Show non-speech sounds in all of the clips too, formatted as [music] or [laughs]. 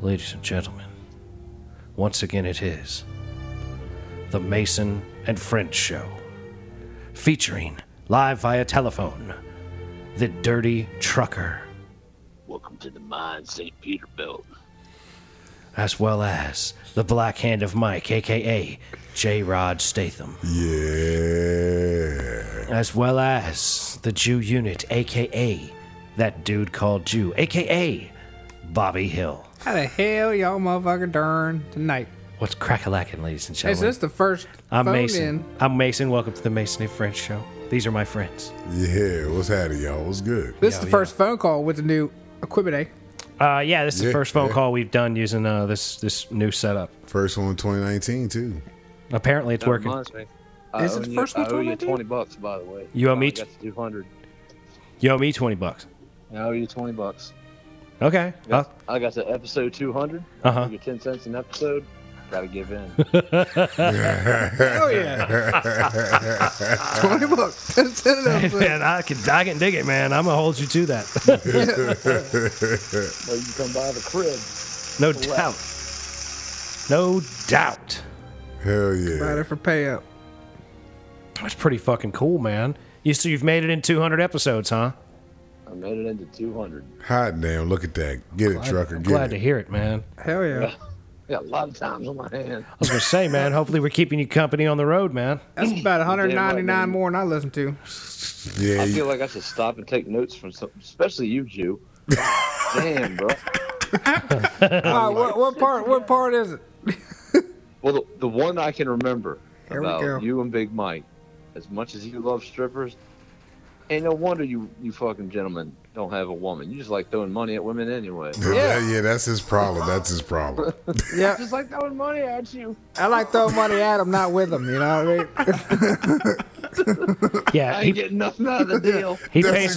ladies and gentlemen, once again it is the Mason and Friends Show, featuring live via telephone the Dirty Trucker, Welcome to the mine, St. Peterbilt. as well as the Black Hand of Mike, aka J. Rod Statham, Yeah. as well as the Jew Unit, aka that dude called Jew, aka Bobby Hill. How the hell y'all motherfucker darn tonight? What's crack a lacking, ladies and Is gentlemen? this the first I'm phone Mason. in? I'm Mason. Welcome to the Mason and French Show. These are my friends. Yeah. What's happening, y'all? What's good? This is Yeah, the yeah. first phone call with the new equipment. eh? Uh, yeah, this is the Yeah, first phone yeah. call we've done using uh, this this new setup. First one 2019, too. Apparently, it's That working. reminds me. I Is it owe the you- first one I owe you told me? 20 bucks, by the way. You owe me I tw- got the 200. You owe me twenty bucks. I owe you 20 bucks. Okay. I got, I got the episode 200. Uh-huh. You get 10 cents an episode. Gotta [laughs] give in. Hell [laughs] yeah. 20 bucks. [laughs] That's it Hey, enough. [laughs] man, I can I can dig it, man. I'm gonna hold you to that. [laughs] or you come by the crib. no doubt. No doubt. Hell yeah. Right for payout. That's pretty fucking cool, man. You so you've made it in 200 episodes, huh? I made it into 200. Hot damn. Look at that. Get it, trucker. I'm Get glad it. to hear it, man. Hell yeah. I got a lot of times on my hand. I was gonna say, man. Hopefully, we're keeping you company on the road, man. [laughs] That's about man. 199 more than I listen to. Yeah. I you- feel like I should stop and take notes from some, especially [laughs] you, Jew. Damn, bro. All right, Uh, what, what part What part is it? Well, the, the one I can remember Here we go. about you and Big Mike, as much as you love strippers, ain't no wonder you you fucking gentlemen don't have a woman. You just like throwing money at women [laughs] anyway. [laughs] yeah. yeah. That's his problem. That's his problem. Yeah. just like throwing money at you. I like throwing money at him, not with him. You know what I [laughs] mean? Yeah, I he, ain't getting nothing out [laughs] of the deal. [laughs] he That's pays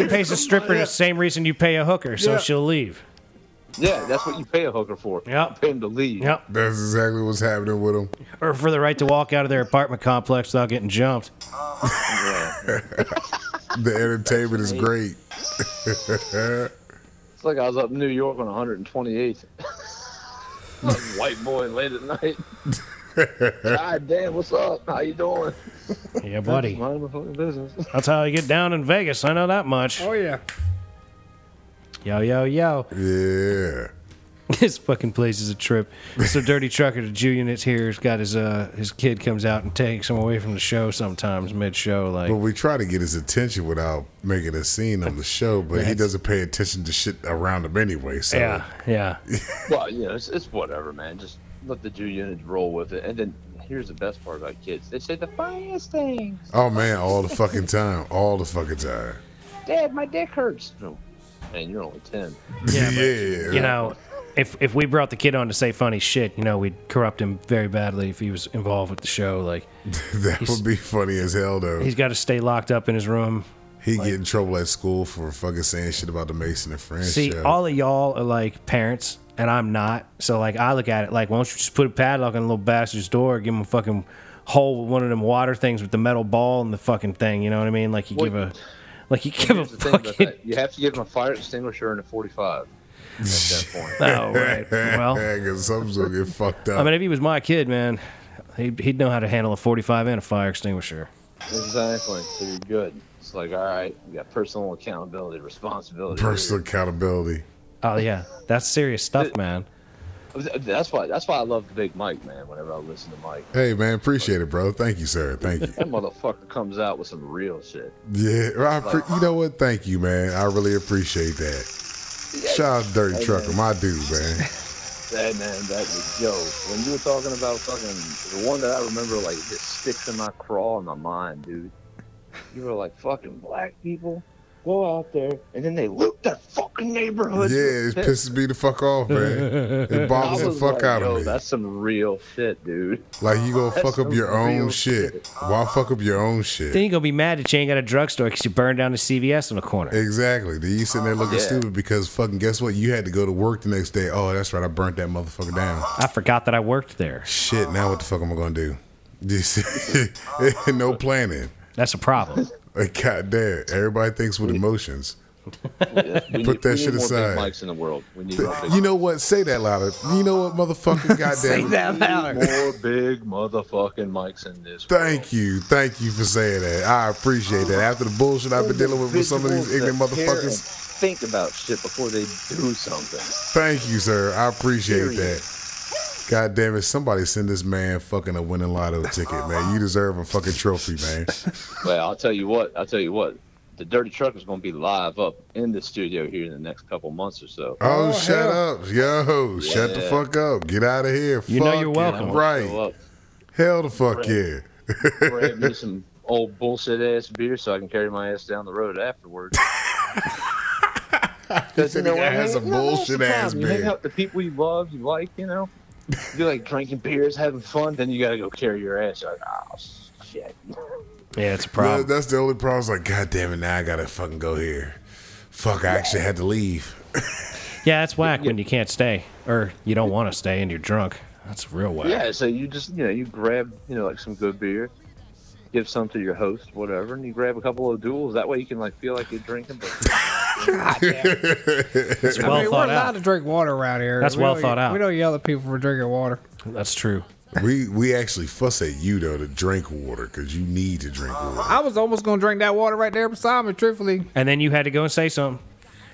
[laughs] he pays a stripper the same reason you pay a hooker, so Yeah. she'll leave. yeah, that's what you pay a hooker for. Yep. Pay him to leave. Yep. That's exactly what's happening with him. or for the right to walk out of their apartment complex without getting jumped. Yeah. The entertainment is great. It's like I was up in New York on 128th. [laughs] Like White boy late at [laughs] night. God damn, what's up? How you doing? Yeah, buddy. Mind my fucking business. That's how you get down in Vegas. I know that much. Oh, yeah. Yo, yo, yo. Yeah. [laughs] This fucking place is a trip. So dirty trucker to Jew units here has got his uh his kid comes out and takes him away from the show sometimes mid show like But we try to get his attention without making a scene on the show, but he doesn't pay attention to shit around him anyway. So yeah, yeah. Well, you know, it's, it's whatever, man. Just let the Jew units roll with it. And then here's the best part about kids: they say the funniest things. Oh man, all the fucking time. All the fucking time. Dad, my dick hurts. No, man, you're only ten. Yeah, [laughs] Yeah. but, You know, if if we brought the kid on to say funny shit, you know, we'd corrupt him very badly if he was involved with the show. Like that would be funny as hell though. he's got to stay locked up in his room He get in trouble at school for fucking saying shit about the Mason and Friends See, show. all of y'all are like parents, and I'm not. So like, I look at it like, why don't you just put a padlock on the little bastard's door, give him a fucking hole with one of them water things with the metal ball and the fucking thing. You know what I mean? Like you give a, like you give a Here's the thing about fucking. that: you have to give them a fire extinguisher and a 45 at that [laughs] point. Oh [laughs] right. Well, because something's gonna get fucked up. I mean, if he was my kid, man, he'd, he'd know how to handle a 45 and a fire extinguisher. Exactly. So you're good. It's like, all right, we got personal accountability, responsibility. Personal accountability. Oh yeah, that's serious stuff, man. That's why. That's why I love the Big Mike, man. Whenever I listen to Mike, Hey man, appreciate it, bro. Thank you, sir. [laughs] Thank you. that motherfucker comes out with some real shit. Yeah, I appre you know what? Thank you, man. I really appreciate that. Shout out to Dirty Trucker, my dude, man. [laughs] That man, that was yo. When you were talking about fucking the one that I remember, like it just sticks in my craw in my mind, dude. You were like fucking black people go out there and then they loot their fucking neighborhood. Yeah, it pisses me the fuck off, man. [laughs] It bothers the fuck out yo, of me. That's some real shit, dude. Like you gonna that's fuck up some your own real shit. shit. Why fuck up your own shit? Then you gonna be mad that you ain't got a drugstore because you burned down the CVS on the corner. Exactly. Then you sitting there looking Yeah. stupid because fucking guess what? You had to go to work the next day. Oh, that's right. I burnt that motherfucker down. I forgot that I worked there. Shit. Now what the fuck am I gonna do? [laughs] You see? [laughs] no planning. That's a problem. Like goddamn. Everybody thinks with emotions. We Put need- that we shit need more aside. Big mics in the world. We need more big, You know what? Say that louder. You know what, motherfucking [laughs] Say goddamn. it. that louder. more big motherfucking mics in this. Thank you, thank you for saying that. I appreciate that. After the bullshit I've been dealing with with some of these ignorant Individuals that care and motherfuckers, Think about shit before they do something. thank you, sir. I appreciate Period. that. God damn it! Somebody send this man fucking a winning [laughs] lotto ticket, man. You deserve a fucking trophy, man. Well, I'll tell you what. I'll tell you what. The Dirty Truck is going to be live up in the studio here in the next couple months or so. Oh, Oh, shut hell. up, yo! Shut the Yeah. fuck up. Get out of here. You know Fuck you're it. welcome. Right? Show up, Hell the fuck Right. yeah. grab uh, me some old bullshit ass beer so I can carry my ass down the road [laughs] afterwards. Because Said the guy has a bullshit ass You hang beer. out with the people you love, you like, you know. You like drinking beers, having fun, then you gotta go carry your ass. You're like, oh shit. Yeah, it's a problem. That- That's the only problem. It's like, god damn it! Now I gotta fucking go here. Fuck! I actually had to leave. Yeah, it's whack when you can't stay or you don't want to stay and you're drunk. That's real whack. Yeah, so you just you know you grab you know like some good beer, give some to your host, whatever, and you grab a couple of duels. That way you can like feel like you're drinking. But It's well I mean, we're thought allowed out. to drink water around here. That's We well don't- thought out. We don't yell at people for drinking water. That's true. [laughs] We we actually fuss at you though to drink water because you need to drink water. I was almost gonna drink that water right there beside me. Truthfully, And then you had to go and say something.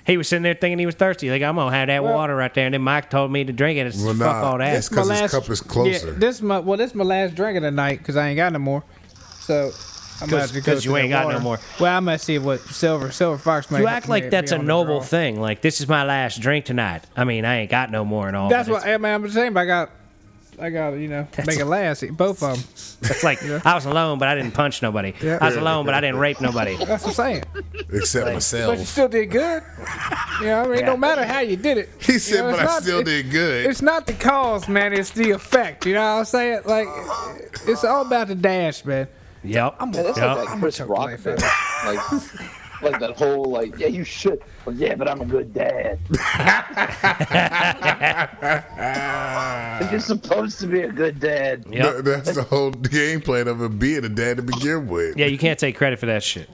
He was sitting there thinking he was thirsty. Like, I'm going to have that Well- water right there. And then Mike told me to drink it. It's Well, fuck nah, all that. it's 'cause my his last- cup is closer. Yeah, this my well, this my last drink of the night because I ain't got no more. So. I'm gonna have to go 'cause you through ain't that got no water. more. Well, I'm gonna see what Silver Silver Fox may you act may like that's be a on the noble draw. thing. Like, this is my last drink tonight. I mean, I ain't got no more and all. That's but what I mean, I'm just saying. But I got, I got you know, make it last. Both of them. It's, it's [laughs] like I was alone, but I didn't punch nobody. Yeah. I was alone, but I didn't rape [laughs] nobody. That's what I'm [laughs] saying. Except But you myself. still did good. You know, what I mean, it don't matter how you did it. He said, You but know, it's I not- still it- did good. It's not the cause, man. It's the effect. You know what I'm saying? Like, it's all about the dash, man. Yep. I'm yeah, gonna, that's Yeah. like that I'm Chris gonna Rock choke thing. like like that whole like yeah you should [laughs] well, yeah but I'm a good [laughs] dad. [laughs] you're supposed to be a good dad. Yep. Th- That's the whole [laughs] game plan of it being a dad to begin with. Yeah, you can't take credit for that shit.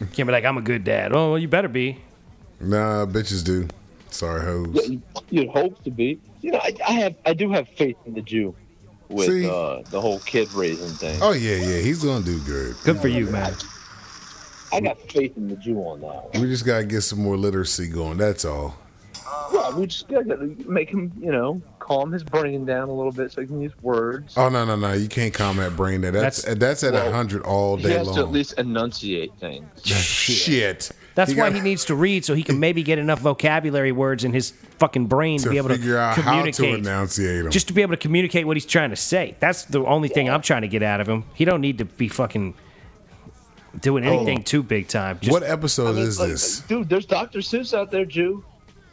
You can't be like, I'm a good dad. Oh, well, you better be. Nah, bitches do. Sorry, Yeah, hoes. you- you'd hope to be. You know, I, I have I do have faith in the Jew with See? uh, the whole kid raising thing. Oh yeah, yeah. He's gonna do good. Good for you, man. I got faith in the Jew on that. One. We just gotta get some more literacy going. That's all. Yeah, we just gotta make him, you know, calm his brain down a little bit so he can use words. Oh no, no, no. You can't comment brain that. That's that's, at a Well, hundred all he day has to at long. least enunciate things. [laughs] Shit. That's why got- he needs to read so he can maybe get enough vocabulary words in his fucking brain to, be able to figure out how to communicate. enunciate them. just to be able to communicate what he's trying to say. That's the only thing I'm trying to get out of him. He don't need to be fucking doing anything too big time. Just what episode I mean, is like, this? Dude, there's Dr. Seuss out there, Jew.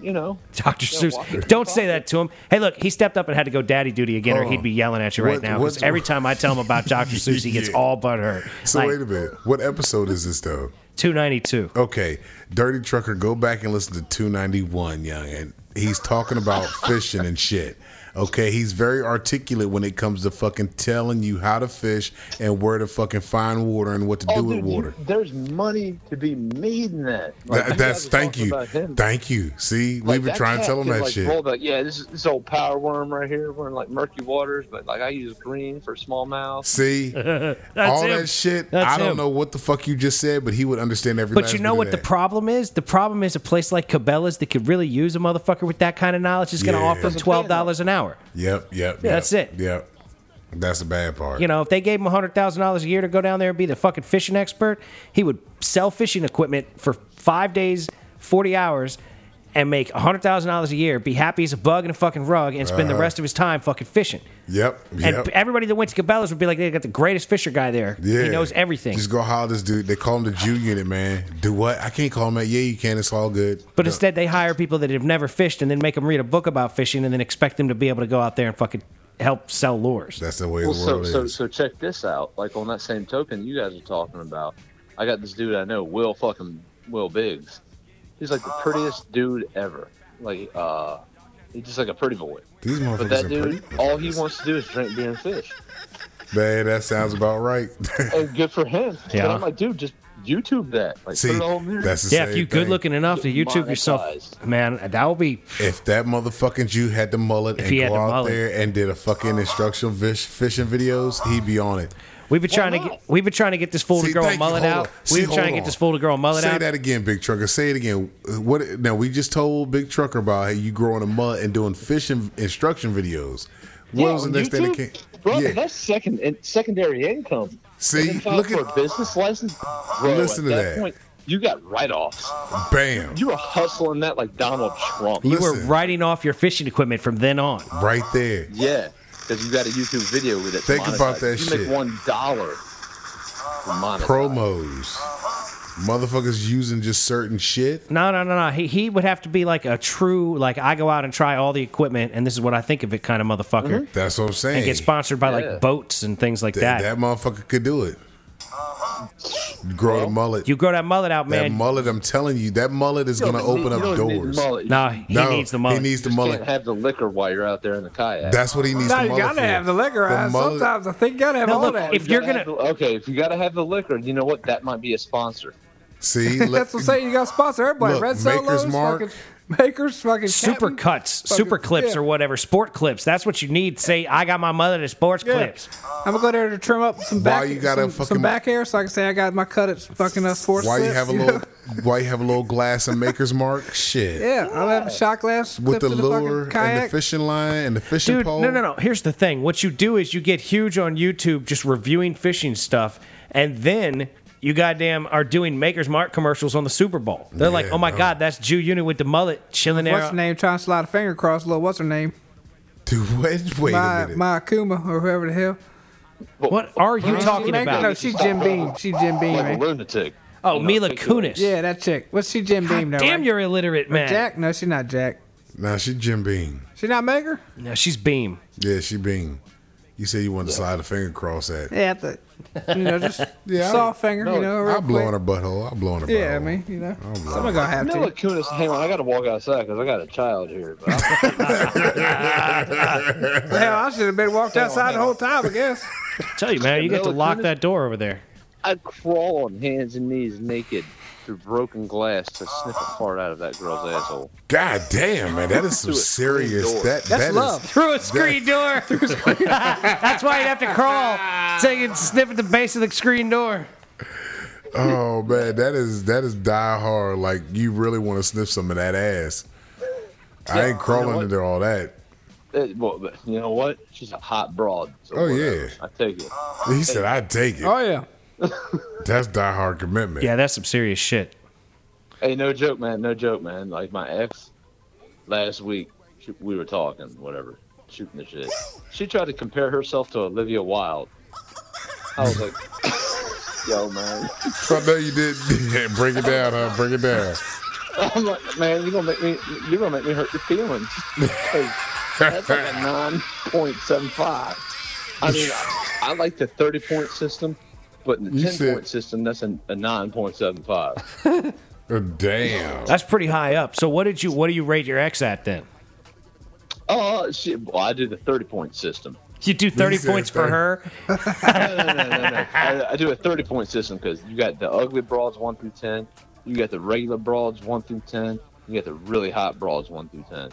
You know, Dr. Yeah, walking Seuss. Don't the say that to him. Hey, look, he stepped up and had to go daddy duty again, or Hold he'd on. be yelling at you right What- now. what's- Because every time I tell him about [laughs] Dr. Seuss, he gets Yeah. all but hurt. So wait a Oh, minute. What episode is this though? 292. Okay, Dirty Trucker, go back and listen to 291, young, and he's [laughs] talking about fishing and shit. Okay, he's very articulate when it comes to fucking telling you how to fish and where to fucking find water and what to do Oh, with dude, water. you- there's money to be made in that. That- Like, you that's guys are thank talking you, about him. thank you. See, Like, we've been that trying to cat tell him could, that like, shit. roll the- yeah, this is this old power worm right here. We're in like murky waters, but like I use green for smallmouth. [laughs] See, all him. that shit. That's I don't him. know what the fuck you just said, but he would understand everything. But you know what the problem is? The problem is a place like Cabela's that could really use a motherfucker with that kind of knowledge is going to Yeah. offer him Doesn't pay them. $12 an hour. Yep, yep. Yeah, yep, that's it. Yep, that's the bad part. You know, if they gave him $100,000 a year to go down there and be the fucking fishing expert, he would sell fishing equipment for five days, 40 hours, and make $100,000 a year, be happy as a bug in a fucking rug, and spend the rest of his time fucking fishing. yep, And yep. everybody that went to Cabela's would be like, they got the greatest fisher guy there. Yeah. He knows everything. Just go holler this dude. They call him the Jew unit, man. Do what? I can't call him that. Yeah, you can. It's all good. But instead, they hire people that have never fished and then make them read a book about fishing and then expect them to be able to go out there and fucking help sell lures. That's the way Well, the so, world so, is. so check this out. Like on that same token, you guys are talking about. I got this dude I know, Will fucking Will Biggs. He's like the prettiest dude ever. Like, uh, he's just like a pretty boy. These motherfuckers But are that dude, pretty- all he wants to do is drink beer and fish. Man, that sounds about right. [laughs] And good for him. Yeah. But I'm like, dude, just YouTube that. Like, put See, it all in there. that's the Yeah, same if you thing. good looking enough to YouTube yourself, Monetized. man, that would be If that motherfucking Jew had the mullet and he go had the out mullet. there and did a fucking instructional fish, fishing videos, he'd be on it. We've been trying to not? get we've been trying to get this fool to See, grow a thank you. mullet Hold out. on. See, We've been trying hold to get on. this fool to grow a mullet Say out. that again, Big Trucker. Say it again. What? Now we just told Big Trucker about how you growing a mullet and doing fishing instruction videos. What Yeah, was the on next thing that YouTube? came? Bro, yeah. that's second and secondary income. See, If you file look for at a business license. Bro, Listen at to that, that. point, you got write-offs. bam, You were hustling that like Donald Trump. You were Listen. Uh-huh. writing off your fishing equipment from then on. right there. Yeah, because you got a YouTube video with it. Think about that you shit. make one dollar. to monetize. Promos, motherfuckers using just certain shit. No, no, no, no. He, he would have to be like a true like I go out and try all the equipment and this is what I think of it kind of motherfucker. That's what I'm saying. And get sponsored by Mm-hmm. Yeah. like boats and things like Th- that. that. motherfucker could do it. Grow the mullet. you grow that mullet out, that man. mullet, I'm telling you, that mullet is You going don't to need- open you up don't need doors. mullet. You no, he No, needs the mullet. He needs the just can't mullet. have the liquor while you're out there in the kayak. That's what he needs. No, the you mullet gotta for. have the liquor out. mullet- Sometimes I think you gotta have No, all look, that. if you're gotta gonna have the- okay, if you gotta have the liquor, you know what? That might be a sponsor. [laughs] See, That's what I'm saying. You gotta sponsor everybody. Look, Maker's Red Solos, Mark. fucking Makers, fucking super Captain. cuts, Fucking- super clips yeah. or whatever, sport clips. That's what you need. Say I got my mother to sports Yeah. clips. I'm gonna go there to trim up some Why back, you gotta some, some fucking- back hair, so I can say I got my cut at fucking uh, sports. [laughs] Why you Clips, have a know? little? Why you have a little glass and maker's mark? Shit. Yeah, I'll have a shot glass With clipped the to the lure fucking and the kayak. fishing line and the fishing Dude, pole. no, no, no. Here's the thing. What you do is you get huge on YouTube just reviewing fishing stuff, and then you goddamn are doing Maker's Mark commercials on the Super Bowl. They're like, Yeah, oh my no. God, that's Jew Unit with the mullet chilling there. What's her name? Trying to slide a finger across little. What's her name? Dude, [laughs] wait, wait a My minute. my Akuma or whoever the hell. But- What are you Ain't she talking Maker? No, about? she's Jim Beam. She's Jim Beam. Like a Man. lunatic. Oh, You know, Mila take your- Kunis. Yeah, that chick. What's she Jim Beam though? Damn, right? you're illiterate, man. Jack? No, she's not Jack. nah, she Jim Beam. She not Maker? No, she's Beam. Yeah, she Beam. You said you wanted to slide a finger across that. Yeah, at the you know just [laughs] Yeah, I- soft finger. you know, real I'll blow quick. on her butthole. I'll blow on her butthole. Yeah, I mean, you know, someone gonna have Mila to. Kunis. Hang on, I gotta walk outside because I got a child here. But I'll- Hell, I should have been walked outside the whole time. I guess. tell you, man, you get to Mila lock Kunis? that door over there. [laughs] I'd crawl on hands and knees naked through broken glass to sniff a fart out of that girl's asshole. God damn, man, that [laughs] is some Through a screen serious. door. That That's that is- love. Through a screen [laughs] door. That's why you have to crawl, so you can sniff at the base of the screen door. [laughs] oh man, that is that is die hard. Like you really want to sniff some of that ass. I Yeah, ain't crawling you know what? into all that. Eh, well, but you know what? She's a hot broad. So Oh, whatever. yeah. I take it. He said, "I take it." Oh yeah. That's die hard commitment. Yeah, that's some serious shit. Hey, no joke, man. No joke, man. Like my ex, last week she, we were talking, whatever, shooting the shit. She tried to compare herself to Olivia Wilde. I was like, [laughs] yo, man. I know you did. [laughs] Yeah, break it down, huh? Break it down. I'm like, man, you're gonna make me, you're gonna make me hurt your feelings. 'Cause That's like [laughs] a nine point seven five. I mean, I, I like the thirty point system, but in the You ten said- point system, that's a, a nine point seven five. Oh, damn. That's pretty high up. So what did you what do you rate your ex at then? Oh shit! Well, I do the thirty point system. You do 30 said points for 30. her. I, I do a 30 point system because you got the ugly broads 1 through 10, you got the regular broads 1 through 10, you got the really hot broads 1 through 10.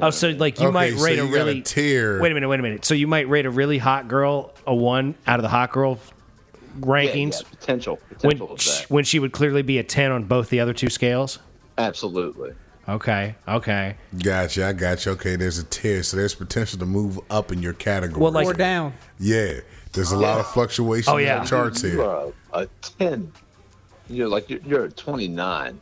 Oh, so like you Okay, might so rate you a got really tier. Wait a minute, wait a minute. So you might rate a really hot girl a 1 out of the hot girl Yeah, yeah, rankings potential. Potential when of that. sh- when she would clearly be a 10 on both the other two scales? Absolutely. Okay. Okay. Gotcha. I gotcha. Okay, there's a tier, so there's potential to move up in your category. Well, like- Or down. yeah, there's a lot of fluctuation Oh, in yeah. the charts you here. are a, a 10. You're like, you're, you're a 29.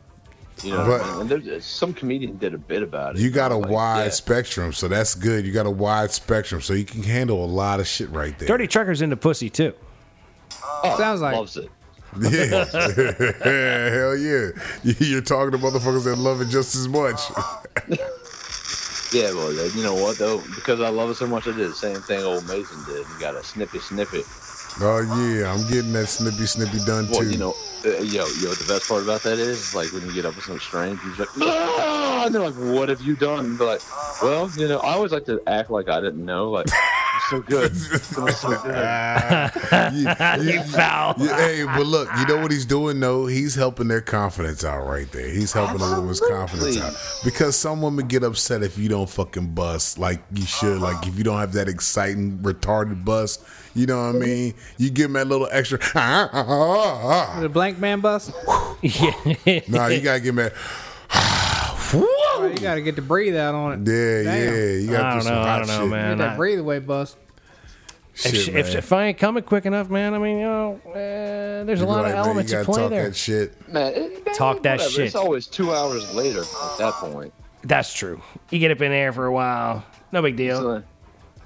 You know, what But- I mean? and there's, there's- some comedian did a bit about it. You got a Like, wide yeah. spectrum, so that's good. You got a wide spectrum, so you can handle a lot of shit right there. Dirty truckers into pussy too. Oh, Sounds like- Loves it. [laughs] Yeah. [laughs] Hell yeah. [laughs] You- You're talking to motherfuckers that love it just [laughs] as much. Yeah, well, uh, you know what though? Because I love it so much, I did the same thing old Mason did. You got a snippy snippet. Oh, yeah. I'm getting that snippy, snippy done Well, too. you know, uh, yo, yo, the best part about that is, is, like when you get up with some strange, you're like, "Ah!" and they're like, "What have you done?" And they're like, "Well, you know, I always like to act like I didn't know." Like, you so good. Smells so good. Uh, [laughs] You- you- You foul. you- hey, but look, you know what he's doing though? He's helping their confidence out right there. He's helping a woman's confidence out because some women get upset if you don't fucking bust like you should. Like if you don't have that exciting retarded bust, you know what I mean? You give them that little extra. [laughs] "Ah, [laughs] The blank man bust. Yeah. Nah, you gotta give them that. [sighs] Well, you got to get the breathe out on it. Yeah, Damn. yeah. You gotta I do don't some know. hot I don't know, shit. Get man. that I- breathe away bust. if, Shit, if, man. if I ain't coming quick enough, man, I mean, you know, uh, there's a You be lot like, of man, elements you at gotta play talk there. that shit. Man, it, man, Talk that whatever. shit. It's always two hours later at that point. That's true. You get up in there for a while, no big deal. So,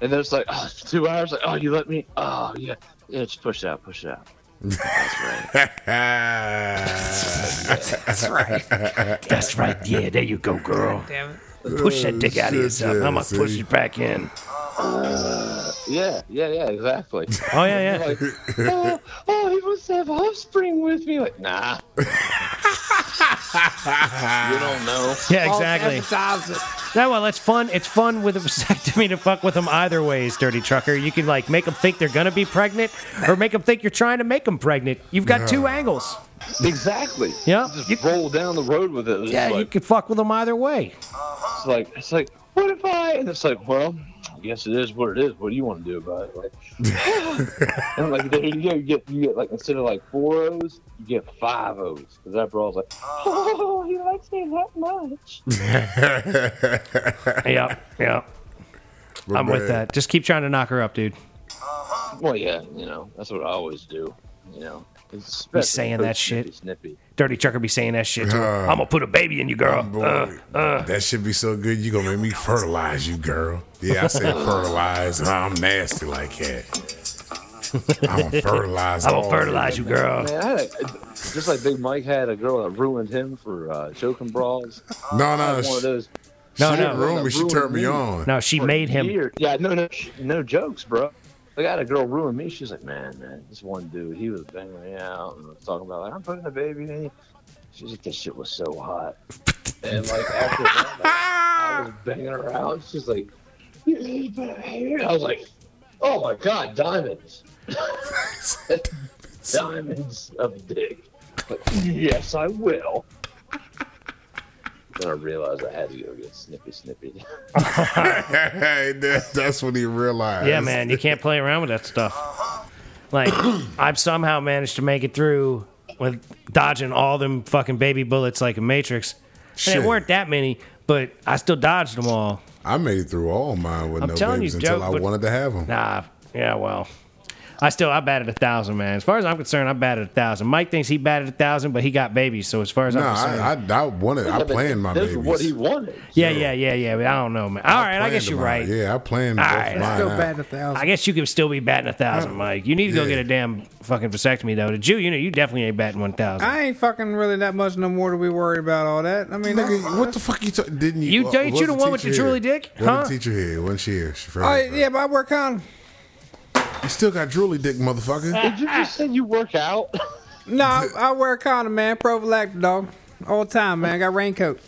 and then it's like, oh, it's two hours. Like, oh, you let me? Oh, yeah. Yeah, just push it out, push it out. [laughs] That's right. That's right. Yeah, there you go, girl. Damn it. Push that dick out of Shit, yourself. yeah, I'm gonna see? push it back in. Yeah, yeah, yeah, exactly. Oh yeah, yeah. like, oh, oh, he wants to have offspring with me. Like, nah. you don't know. Yeah, False exactly. emphasize it. That one, that's fun. It's fun with [laughs] a vasectomy to fuck with them either ways, dirty trucker. You can like make them think they're gonna be pregnant, or make them think you're trying to make them pregnant. You've got two angles. Exactly. Yeah. Just You- roll down the road with it. It's Yeah, you like, could fuck with them either way. [laughs] it's like it's like, what if I? And it's like, well, I guess it is what it is. What do you want to do about it? Like, and like there you go. You get you get like instead of like four O's, you get five O's. Because that bro's like, [laughs] oh, he likes me that much. Yep, yep. I'm with that. Just keep trying to knock her up, dude. Well, yeah, you know that's what I always do. You know, he's saying that shit. Snippy. Dirty trucker be saying that shit. To her. Uh, I'm gonna put a baby in you, girl. Boy, Uh, that should be so good. You gonna make me fertilize you, girl. Yeah, I said fertilize, and I'm nasty like that. [laughs] I'm gonna fertilize. I'm gonna all fertilize you, girl. Man, I had a, just like Big Mike had a girl that ruined him for uh, choking brawls. of you. No, I no, had one of she, those. No, no. she didn't ruin me. She turned me on. No, she made him. years. Yeah, no, no, sh- no jokes, bro. Like, I had a girl ruin me. She's like, man, man, this one dude, he was banging me out and was talking about like, I'm putting a baby in you. She's like, this shit was so hot. And like after that, like, I was banging her out. She's like, you need to put a baby in you." I was like, oh my god, diamonds, diamonds of dick. Like, [laughs] yes, I will. Then I realized I had to go get snippy, snippy. [laughs] hey, that, that's when he realized. Yeah, man, you can't play around with that stuff. Like, I've somehow managed to make it through with dodging all them fucking baby bullets like a Matrix. And Shit. it weren't that many, but I still dodged them all. I made it through all mine with I'm no telling babies you, until Joe, I but- wanted to have them. Nah, yeah, well. I still I batted a thousand, man. As far as I'm concerned, I batted a thousand. Mike thinks he batted a thousand, but he got babies. So as far as No, I'm concerned, I, I, I wanted. I Yeah, but planned my this is what he babies. wanted. yeah, yeah, yeah, yeah. But I don't know, man. All right, I Planned guess you're mine. right. Yeah, I planned both right, let's mine Still out. bad a thousand. I guess you could still be batting a thousand, Mike. You need to go Yeah. get a damn fucking vasectomy though. The Jew, you know, you definitely ain't batting one thousand. I ain't fucking really that much no more to be worried about all that. I mean, Nigga, what the fuck you talking? Didn't you? You what- date- you was the one with the teacher drooly here? dick? Wasn't the Huh? teacher here? Wasn't she here? She Oh, forgot. yeah, but I work on. You still got drooly dick, motherfucker. Did you just say you work out? [laughs] No, I, I wear condom, man. Prophylactic, dog. All the time, man. I got raincoat.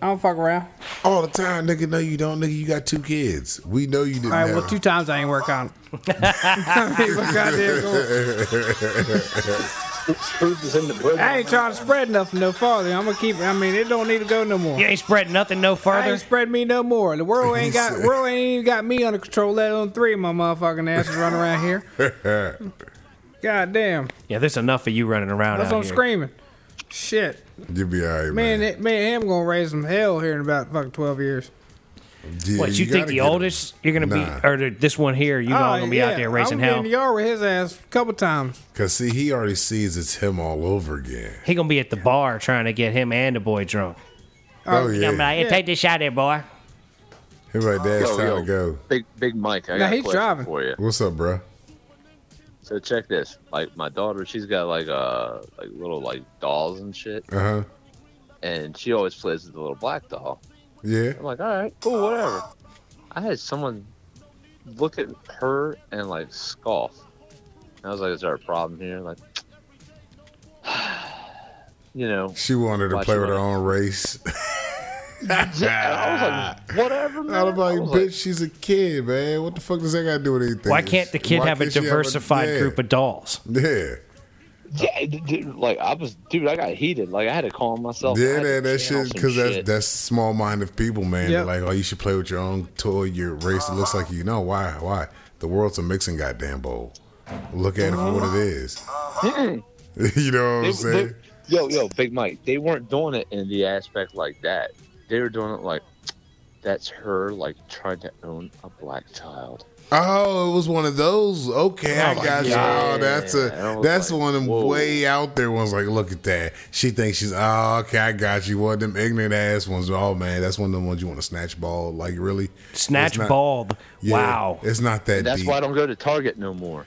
I don't fuck around. All the time, nigga. No, you don't, nigga. You got two kids. We know you didn't. All right, have well, two times I ain't wear condom. [laughs] I mean, what goddamn going- Proof is in the book. I ain't trying to spread nothing no farther. I'm gonna keep. I mean, it don't need to go no more. You ain't spread nothing no I further. ain't spread me no more. The world ain't got world ain't even got me under control. Let alone three of my motherfucking asses running around here. God damn, Yeah, there's enough of you running around. that's out what I'm here. screaming. Shit, You'll be all right, man, man. it, me and him gonna raise some hell here in about fucking twelve years. Yeah, What you, gotta think the get 'em. oldest you're gonna be, Nah. or the, this one here, you all gonna be out there racing Oh, I'm hell? in the yard with his ass a couple times. Cause see, he already sees it's him all over again. He gonna be at the bar trying to get him and the boy drunk. Oh Yeah. I'm yeah, like, hey, Yeah. take this shot there, boy. he like, Dad, it's Yo, time yo. to go. Big, big Mike. I Now got a he's question driving. for you. What's up, bro? So check this. Like my daughter, she's got like uh like little like dolls and shit, Uh huh. and she always plays with the little black doll. Yeah. I'm like, all right, cool, whatever. I had someone look at her and like scoff. And I was like, is there a problem here? Like, [sighs] you know, She wanted to Watch [laughs] play your with her own race. I was like, whatever, man. Not about I you, was bitch. like, she's a kid, man. What the fuck does that got to do with anything? Why can't the kid Why have a can't she diversified yeah, group of dolls? yeah, yeah, d- d- like I was, dude. I got heated. Like I had to calm myself. I yeah, had to man. That channel shit some because that's shit. [laughs] that's small minded people, man. They're Yep. Like, oh, you should play with your own toy, your race. It looks like you know why? Why the world's a mixing goddamn bowl. Look at it for what it is. [laughs] you know what They- I'm saying? they- yo, yo, Big Mike. They weren't doing it in the aspect like that. They were doing it like that's her, like trying to own a black child. Oh, it was one of those. Okay, I got you. God. Oh, that's Yeah, I a was that's like, one of them whoa. way out there ones. Like, look at that. She thinks she's oh, okay. I got you. One of them ignorant ass ones. Oh man, that's one of them ones you want to snatch ball. Like, really? Snatch It's not- ball. Yeah, Wow. it's not that That's deep. why I don't go to Target no more.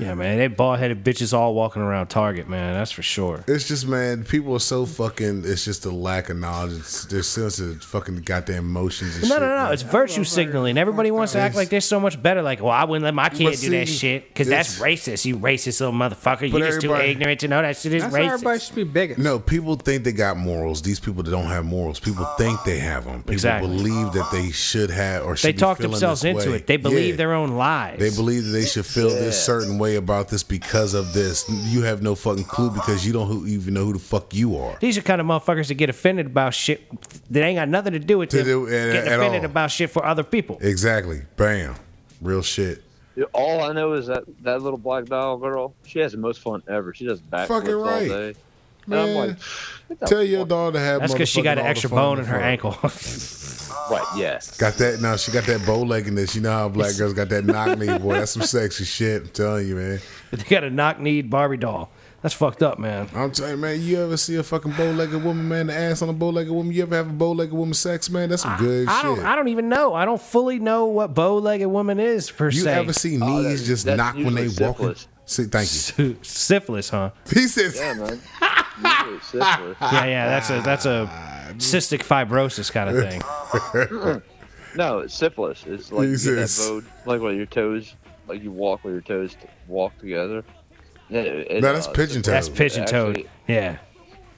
Yeah, man. They bald headed bitches all walking around Target, man. That's for sure. [laughs] it's just man, people are so fucking. It's just the lack of knowledge. It's their sense of fucking goddamn emotions. And No, shit, no, no. man. It's virtue signaling. Everybody wants to act like they're so much better. Like, well, I wouldn't let my kid But do that see, shit because that's racist. You racist little motherfucker. But You're just too everybody- ignorant to know that shit is That's why everybody racist. should be bigots. No, people think they got morals. These people that don't have morals, people think they have them. People Exactly. believe that they should have or should They be talk feeling themselves this into way. it. They believe Yeah. their own lies. They believe that they should feel this certain way about this because of this. You have no fucking clue because you don't who, even know who the fuck you are. These are kind of motherfuckers that get offended about shit that ain't got nothing to do with To them do- at- getting at offended all. about shit for other people. Exactly. Bam. Real shit. All I know is that that little black doll girl, she has the most fun ever. She does backflips Fucking right. all day. And I'm Man, [sighs] like, what the Tell your fuck? dog to have. That's because she motherfucking got all an the extra fun in bone the in her fuck. ankle. [laughs] right? Yes. Got that? No, she got that bow leg in there. She know how black [laughs] girls got that knock knee. Boy, that's some sexy shit. I'm telling you, man. they got a knock kneed Barbie doll. That's fucked up, man. I'm telling you, man. You ever see a fucking bow legged woman, man? The ass on a bow legged woman. You ever have a bow legged woman sex, man? That's some good I shit. don't. I don't even know. I don't fully know what bow-legged woman is per you se. ever see knees Oh, that- just that's knock when they usually walking? syphilis. See, thank you. [laughs] syphilis, huh? [laughs] He says, Yeah, man. Usually syphilis. Yeah, yeah. That's a that's a cystic fibrosis kind of thing. No, it's syphilis. It's like you get that Jesus. bowed, like with your toes, like you walk with your toes to walk together. Yeah, it- it, No, that's uh, pigeon toe. That's pigeon toed. Actually- Yeah.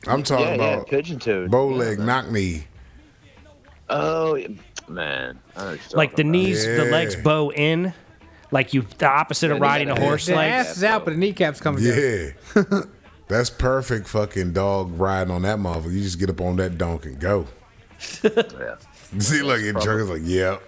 I'm talking Yeah, yeah, about pigeon toed. bow Yeah, leg man. knock knee. Oh, yeah, man. I know what you're Like the talking about. knees, the Yeah. legs bow in, like you the opposite of Yeah, they riding a gotta- horse. the Like ass is out, but the kneecaps coming down. Yeah. [laughs] That's perfect fucking dog riding on that motherfucker. You just get up on that donk and go. [laughs] Yeah. See, look, and Chuck is like, yeah.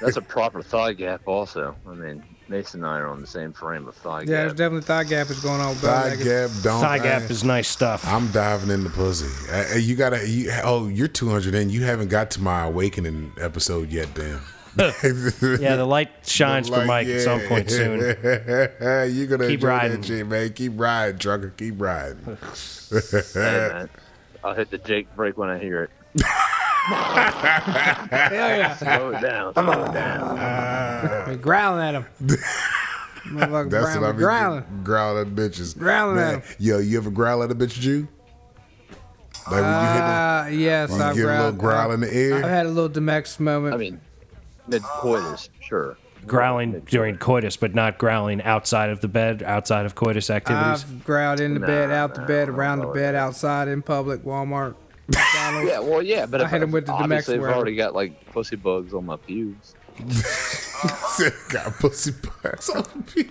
That's a proper thigh gap, also. I mean, Mason and I are on the same frame of thigh Yeah, there's gap. definitely thigh gap is going on. With Thigh bow-legged. gap, donk. thigh I- gap is nice stuff. [laughs] I'm diving in the pussy. Uh, you gotta. You, oh, you're 200 in. You haven't got to my awakening episode yet, damn. yeah, the light shines for Like, Mike at some yeah. point soon. [laughs] you're gonna Keep keep riding, riding. that shit, man. Keep riding, trucker. Keep riding. [laughs] Hey, man. I'll hit the Jake break when I [laughs] hear it. Hell yeah. Slow it down. Slow it down. Be [laughs] growling at him. That's Motherfucker Brown what I be mean. growling. Growling at bitches. Growling at 'em. Yo, you ever growl at a bitch, Jew? Like when you hit them, Uh, yes, you I've give a little growled. growl in the I've ear. had a little Demex moment. I mean, mid coitus, sure. Growling during coitus, but not growling outside of the bed, outside of coitus activities. I've growled in the Nah, bed, out the nah, bed, nah, around the nah. bed, outside, in public, [laughs] Walmart, McDonald's. Yeah, well, yeah, but I if- hit him with the obviously Demex I've word. already got like pussy bugs on my pubes. [laughs] Got pussy parts on me.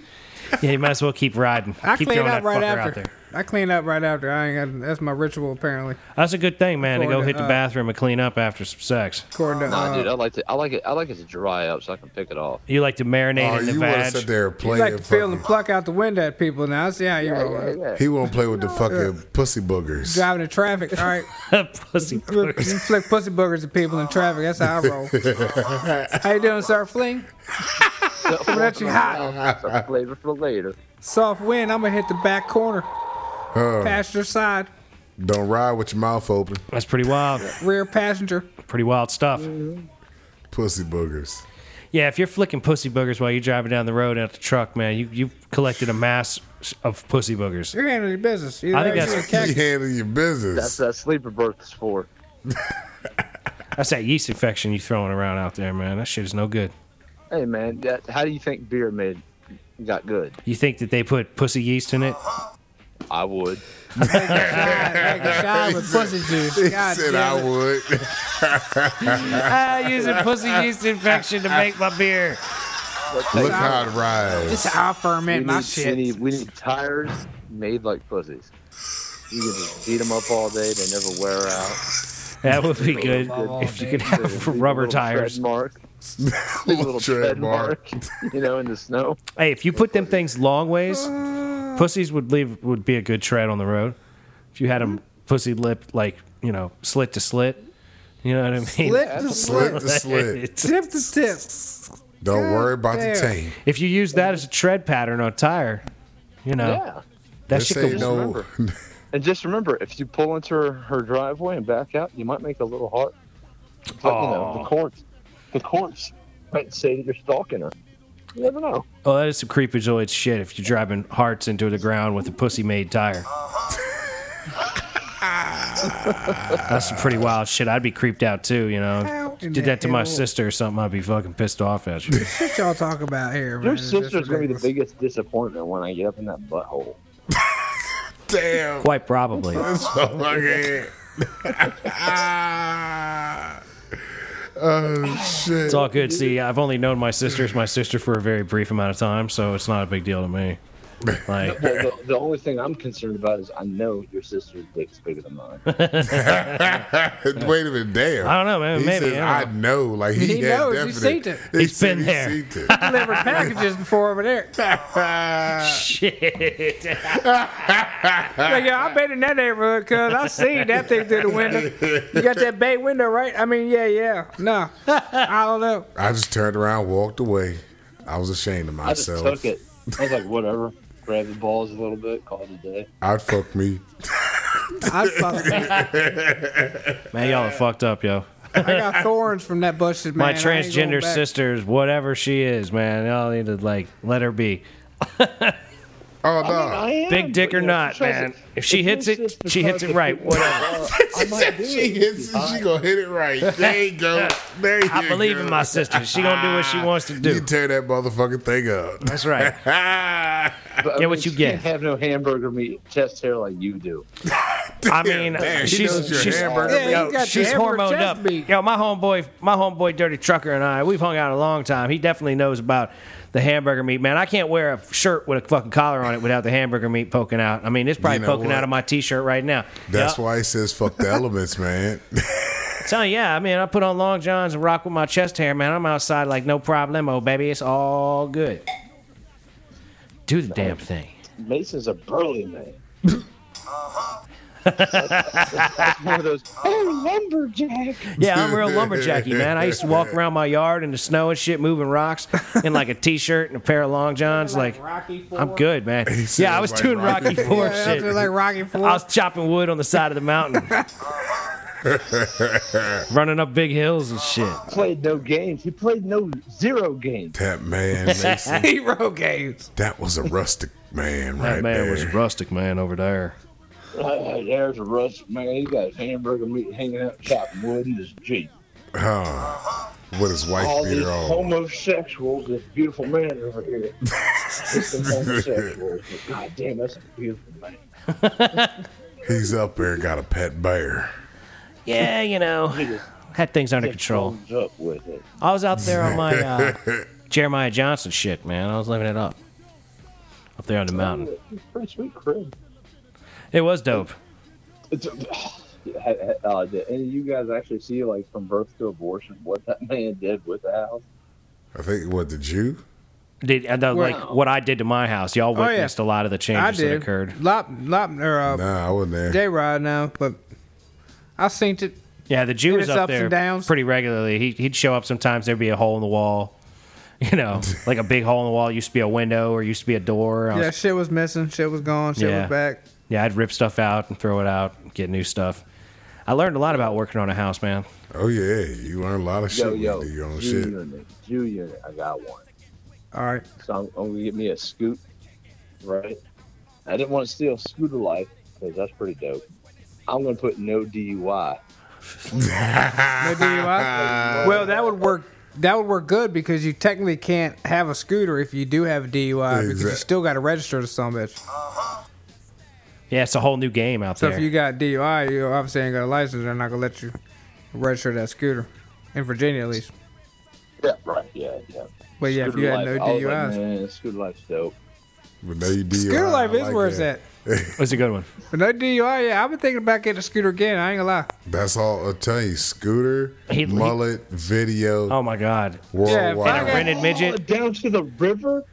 yeah, you might as well keep riding. I keep clean throwing that up right fucker out there. after. I clean up right after. I ain't got, that's my ritual apparently. That's a good thing, man, to go According- hit the uh, bathroom and clean up after some sex. According to, Nah, uh, dude, I like to. I like it. I like it to dry up so I can pick it off. You like to marinate Oh, in the you want to vag. sit there and you play? like and to feel and fucking- pluck out the window at people now. I see how you roll. He won't play with the fucking pussy boogers. Driving in traffic. [laughs] All right. [laughs] Pussy. You flick pussy boogers at people in traffic. That's how I roll. how you doing, sir? Fling? [laughs] Coming at you hot. Some flavor for later. Soft wind. I'm going to hit the back corner. Passenger side. Don't ride with your mouth open. That's pretty wild. Rear passenger. Pretty wild stuff. Pussy boogers. Yeah, if you're flicking pussy boogers while you're driving down the road out the truck, man, you you collected a mass of pussy boogers. You're handling your business. Either I think that or that's- you're a [laughs] You cactus. handle your That's business. that sleeper berth is for. That's that yeast infection you throwing around out there, man. That shit is no good. Hey man, that, how do you think beer made got good? You think that they put pussy yeast in it? I would. God, like a shot with pussy juice. He God said damn I it. would. [laughs] I use a pussy yeast infection to make my beer. Let's Look take- how it rides. Just I'll we ferment my need, we, shit. need, we need tires made like pussies. You can just beat them up all day; they never wear out. That would be good all if you day. could have [laughs] Leave a rubber little tires. tread mark, leave a little Little tread trademark. mark, [laughs] you know, in the snow. Hey, if you put them things long ways, pussies would leave would be a good tread on the road. If you had them pussy lip like you know slit to slit, you know what I mean. Slit the [laughs] Slit slit. to slit. Tip to tip. Don't worry about There. the taint. if you use that as a tread pattern on a tire, you know Yeah. that This shit ain't could [laughs] no. And just remember, if you pull into her, her driveway and back out, you might make a little heart. It's Like, you know, Aw. the courts, the courts might say that you're stalking her. You never know. Oh, that is some creepazoid shit if you're driving hearts into the ground with a pussy made [laughs] tire. That's some pretty wild shit. I'd be creeped out too, you know. How in Did the that to my hell- sister or something, I'd be fucking pissed off at you. [laughs] What y'all talk about here, man? Your It's sister's just gonna be the ridiculous. biggest disappointment when I get up in that butthole. [laughs] Damn. Quite probably. Oh my [laughs] god. Ah. [laughs] oh shit. It's [laughs] all good. See, I've only known my sister as my sister for a very brief amount of time, so it's not a big deal to [laughs] me. Like, [laughs] Well, the, the only thing I'm concerned about is I know your sister's dick's bigger than mine. Wait a minute, damn. I don't know, man, He maybe, said, I I don't know. Like he, He had knows, he's definite- seen it. He He's said been he's there. seen it. Delivered [laughs] packages before over there. [laughs] shit. Like, yeah, I've been in that neighborhood because I seen that thing through the window. You got that bay window, right? I mean, yeah, yeah. No, I don't know. I just turned around, walked away. I was ashamed of I just myself. took it. I was like, whatever. Grabbed the balls a little bit, called it a day. I'd fuck me. I, fucking, Man, y'all are fucked up, yo. I got thorns from that bush, man. My I ain't going transgender back. sisters, whatever she is, man, y'all need to, like, let her be. Oh no. I am, Big dick but, or you know, not, trust man. me, If she your hits it, sister she hits tries it to right, pick me whatever. [laughs] up, uh, I might do she it. hits it, she gonna hit it right. There you [laughs] go. There you go. I believe in my sister. She gonna do what she wants to Ah, You do. tear that motherfucking thing up. That's right. But, I Get what mean, you she get. can't have no hamburger meat chest hair like you do. I mean, Damn, she she's knows your she's, hamburger Yeah, meat. yo, you got she's your hamburger hormoned chest up. meat. Yo, my homeboy, my homeboy, Dirty Trucker, and I, we've hung out a long time. He definitely knows about the hamburger meat, man. I can't wear a shirt with a fucking collar on it without the hamburger meat poking out. I mean, it's probably know poking what? out of my t-shirt right now. [laughs] That's Yo, why he says fuck the elements, man. [laughs] I'm telling you, yeah. I mean, I put on long johns and rock with my chest hair, man. I'm outside like no problemo, baby. It's all good. Do the damn thing. Mason's a burly man. Uh-huh. [laughs] That's one of those. Oh, lumberjack! Yeah, I'm real lumberjacky, man. I used to walk around my yard in the snow and shit, moving rocks in like a t-shirt and a pair of long johns. Like, Rocky Four. I'm good, man. sounds Yeah, I was like doing Rocky Rocky Four. Four Yeah, I shit. feel like Rocky Four. I was chopping wood on the side of the mountain, running up big hills and shit. Played no games. He played no zero games. that [laughs] man, Mason, [laughs] Hero games. that was a rustic man right That man there. was rustic, man, over there. Uh, there's a rust man. He got his hamburger meat hanging out, chopping wood in his jeep. huh. With his wife All these beater on. homosexuals. This beautiful man over [laughs] here. It's the homosexuals. God damn, that's a beautiful man. He's up there, got a pet bear. Yeah, you know, had things under control. Comes up with it. I was out there on my [laughs] uh, Jeremiah Johnson shit, man. I was living it up up there on the Um, mountain. Pretty sweet crib. It was dope. It's, [sighs] uh, did any of you guys actually see, like, from birth to abortion, what that [laughs] man did with the house? I think what the Jew? Did and the, like what I did to my house? Y'all Oh, yeah. witnessed a lot of the I changes that did. occurred. Lop, lop, or uh, Nah, I wasn't there. J Rod now, but I seen it. Yeah, the Jew was its up ups and there downs. pretty regularly. He, he'd show up sometimes. There'd be a hole in the wall, [laughs] you know, like a big hole in the wall. It Used to be a window or used to be a door. I was- Yeah, shit was missing. Shit was gone. Shit Yeah. was back. yeah, I'd rip stuff out and throw it out, get new stuff. I learned a lot about working on a house, man. Oh yeah, you learn a lot of shit Yo, when yo, you do your own Jew shit. unit, Jew unit. I got one. All right. So I'm, I'm gonna get me a scoot, right? I didn't want to steal scooter life because that's pretty dope. I'm gonna put no DUI. [laughs] No DUI? well, that would work. That would work good because you technically can't have a scooter if you do have a DUI because you Exact- still got to register to some bitch. Yeah, it's a whole new game out So there. if you got DUI, you obviously ain't got a license. They're not gonna let you register that scooter in Virginia, at least. Yeah, right. Yeah, yeah. But yeah, if Scooter you had life. no I was like, DUIs, man, scooter life's dope. But now you DUI, scooter life I is like where it's that. at. That's a good one. But no DUI, yeah. I've been thinking about getting a scooter again. I ain't gonna lie. That's all I'll tell you. Scooter, He- he- mullet, video, Oh my god, and I a got- worldwide. rented midget, Oh, down to the river.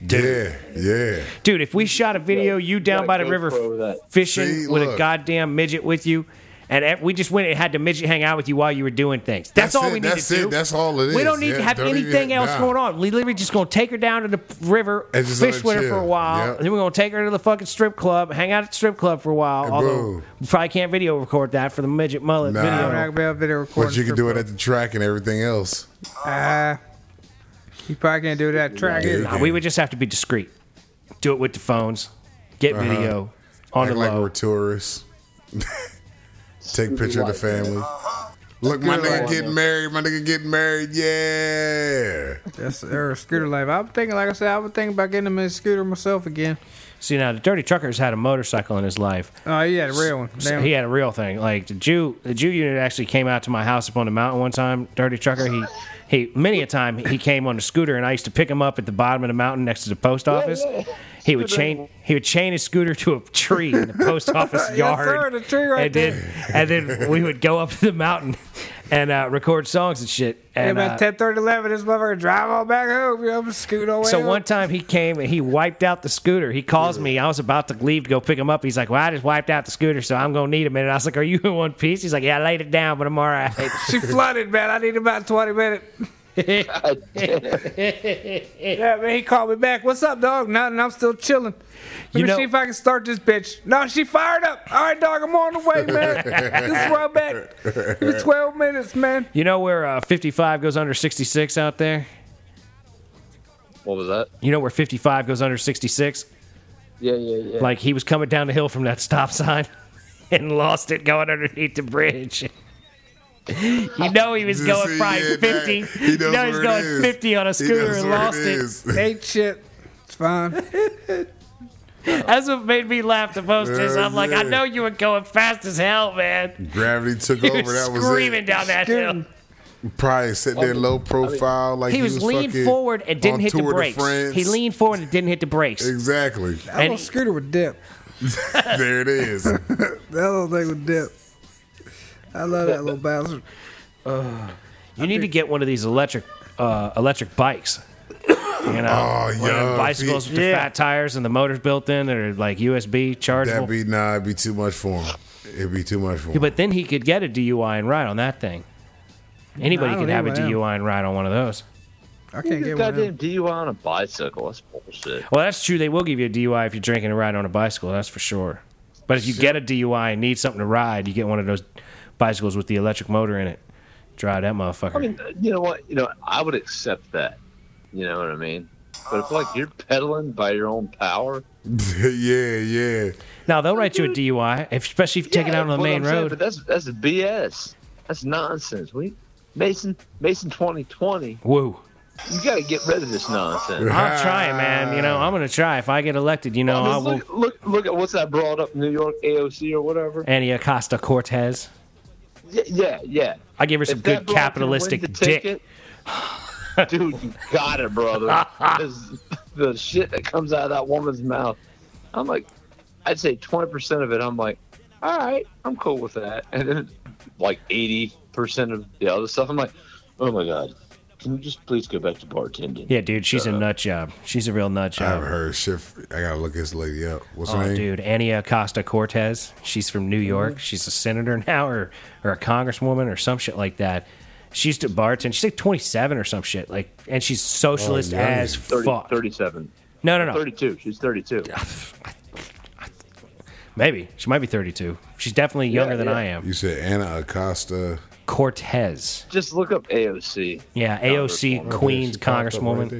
Yeah, yeah. dude. If we shot a video, you down by the gotta river GoPro that. fishing See, with a look. goddamn midget with you, and ev- we just went and had the midget hang out with you while you were doing things. That's, all it, we need That's to it. do. That's all it is. we don't need Yeah, to have don't even- anything else nah. going on. We literally just gonna take her down to the p- river, And just let fish her with her for a chill. while, Yep. then we're gonna take her to the fucking strip club, hang out at the strip club for a while. And although boom. we probably can't video record that for the midget mullet Nah. I'm not video. gonna be able to video record. But you can do it at the track and everything else. Uh, you probably can't do that track. Yeah, you either. Nah, we would just have to be discreet. Do it with the phones. Get video on Uh-huh. Act the like low. we're tourists. [laughs] Take picture of the life, man. Uh-huh. family. Look, my Scooter nigga life. getting married. My nigga getting married. Yeah. [laughs] That's or scooter life. I'm thinking, like I said, I was thinking about getting him a scooter myself again. See now, the dirty trucker's had a motorcycle in his life. Oh, he had a real one. So Damn. he had a real thing. Like the Jew, the Jew unit actually came out to my house up on the mountain one time. Dirty trucker. He, he. Many a time he came on the scooter, and I used to pick him up at the bottom of the mountain next to the post office. yeah. He would chain. He would chain his scooter to a tree in the [laughs] post office Yes, yard. sir, the tree right and Then, and then we would go up to the mountain and uh, record songs and shit. Yeah, And, about uh, 10, 30, 11, this motherfucker drive on back home. You know, I'm scooting away. so one time he came and he wiped out the scooter. He calls me. I was about to leave to go pick him up. He's like, "Well, I just wiped out the scooter, so I'm gonna need a minute." I was like, "Are you in one piece?" He's like, "Yeah, I laid it down, but I'm all [laughs] right." [laughs] She flooded, man. I need about 20 minutes. [laughs] yeah, man, he called me back. What's up, dog? Nothing. I'm still chilling. Let You me know- see if I can start this bitch. No, she fired up. All right, dog, I'm on the way, man. this is where I'm at. Give me 12 minutes, man. You know where uh, 55 goes under 66 out there? What was that? You know where 55 goes under 66? Yeah, yeah, yeah. Like he was coming down the hill from that stop sign [laughs] and lost it going underneath the bridge. [laughs] [laughs] You know he was Just going see, probably yeah, 50. that- he you knows know he's where it going is. 50 on a He scooter knows and where it lost it. [laughs] is. Ain't shit. It's fine. That's what made me laugh the most. Is I'm like, I Yeah. know you were going fast as hell, man. Gravity took You over. were That was screaming it. down that hill. Scooting. Probably sitting there low profile, like He was, leaned fucking forward and on didn't hit the Tour de brakes. France. He leaned forward and didn't hit the brakes. [laughs] Exactly. That And little he- scooter would dip. there it is. That little thing would dip. I love that little bastard. You need to get one of these electric uh, electric bikes. You know, Oh, one of yeah, them if bicycles you- with the Yeah. fat tires and the motors built in that are like USB chargeable. That'd be nah. It'd be too much for him. It'd be too much for him. but then he could get a DUI and ride on that thing. Anybody No, could I don't have a think I am. DUI and ride on one of those. I You can't just get one. of them. goddamn DUI on a bicycle. That's bullshit. Well, that's true. They will give you a DUI if you're drinking and riding on a bicycle. That's for sure. But if you get a DUI and need something to ride, you get one of those bicycles with the electric motor in it. Drive that motherfucker. I mean, you know what? You know, I would accept that. You know what I mean? But if like you're pedaling by your own power, [laughs] yeah, yeah. now they'll write you a DUI, if, especially if you take it Yeah, out on the that's what main I'm saying, road. but that's that's BS. That's nonsense. We Mason Mason 2020. Woo. You got to get rid of this nonsense. I'm trying, man. You know, I'm gonna try. If I get elected, you know, I I mean, will. look, look, look at what's that brought up? New York AOC or whatever. Annie Acosta Cortez. Yeah, yeah. yeah. I give her some If good that brought you to win capitalistic the dick. ticket, Dude, you got it, brother. [laughs] 'Cause the shit that comes out of that woman's mouth, I'm like, I'd say 20% of it, I'm like, all right, I'm cool with that. And then like 80% of the other stuff, I'm like, oh my God, can you just please go back to bartending? Yeah, dude, she's a uh, nut job. She's a real nut I haven't job. heard shit. I gotta look this lady up. What's her Oh, name? dude, Annie Acosta Cortez. She's from New Mm. York. She's a senator [laughs] now, or or a congresswoman, or some shit like that. She used to bartend. She's like 27 or some shit. Like, and she's socialist young. as 30, fuck. 37. no, no, no. 32. She's 32. Maybe she might be 32. She's definitely younger than yeah. I am. You said Anna Acosta. Cortez. Just look up AOC. Yeah, AOC, Congresswoman. Queens She popped up right congresswoman.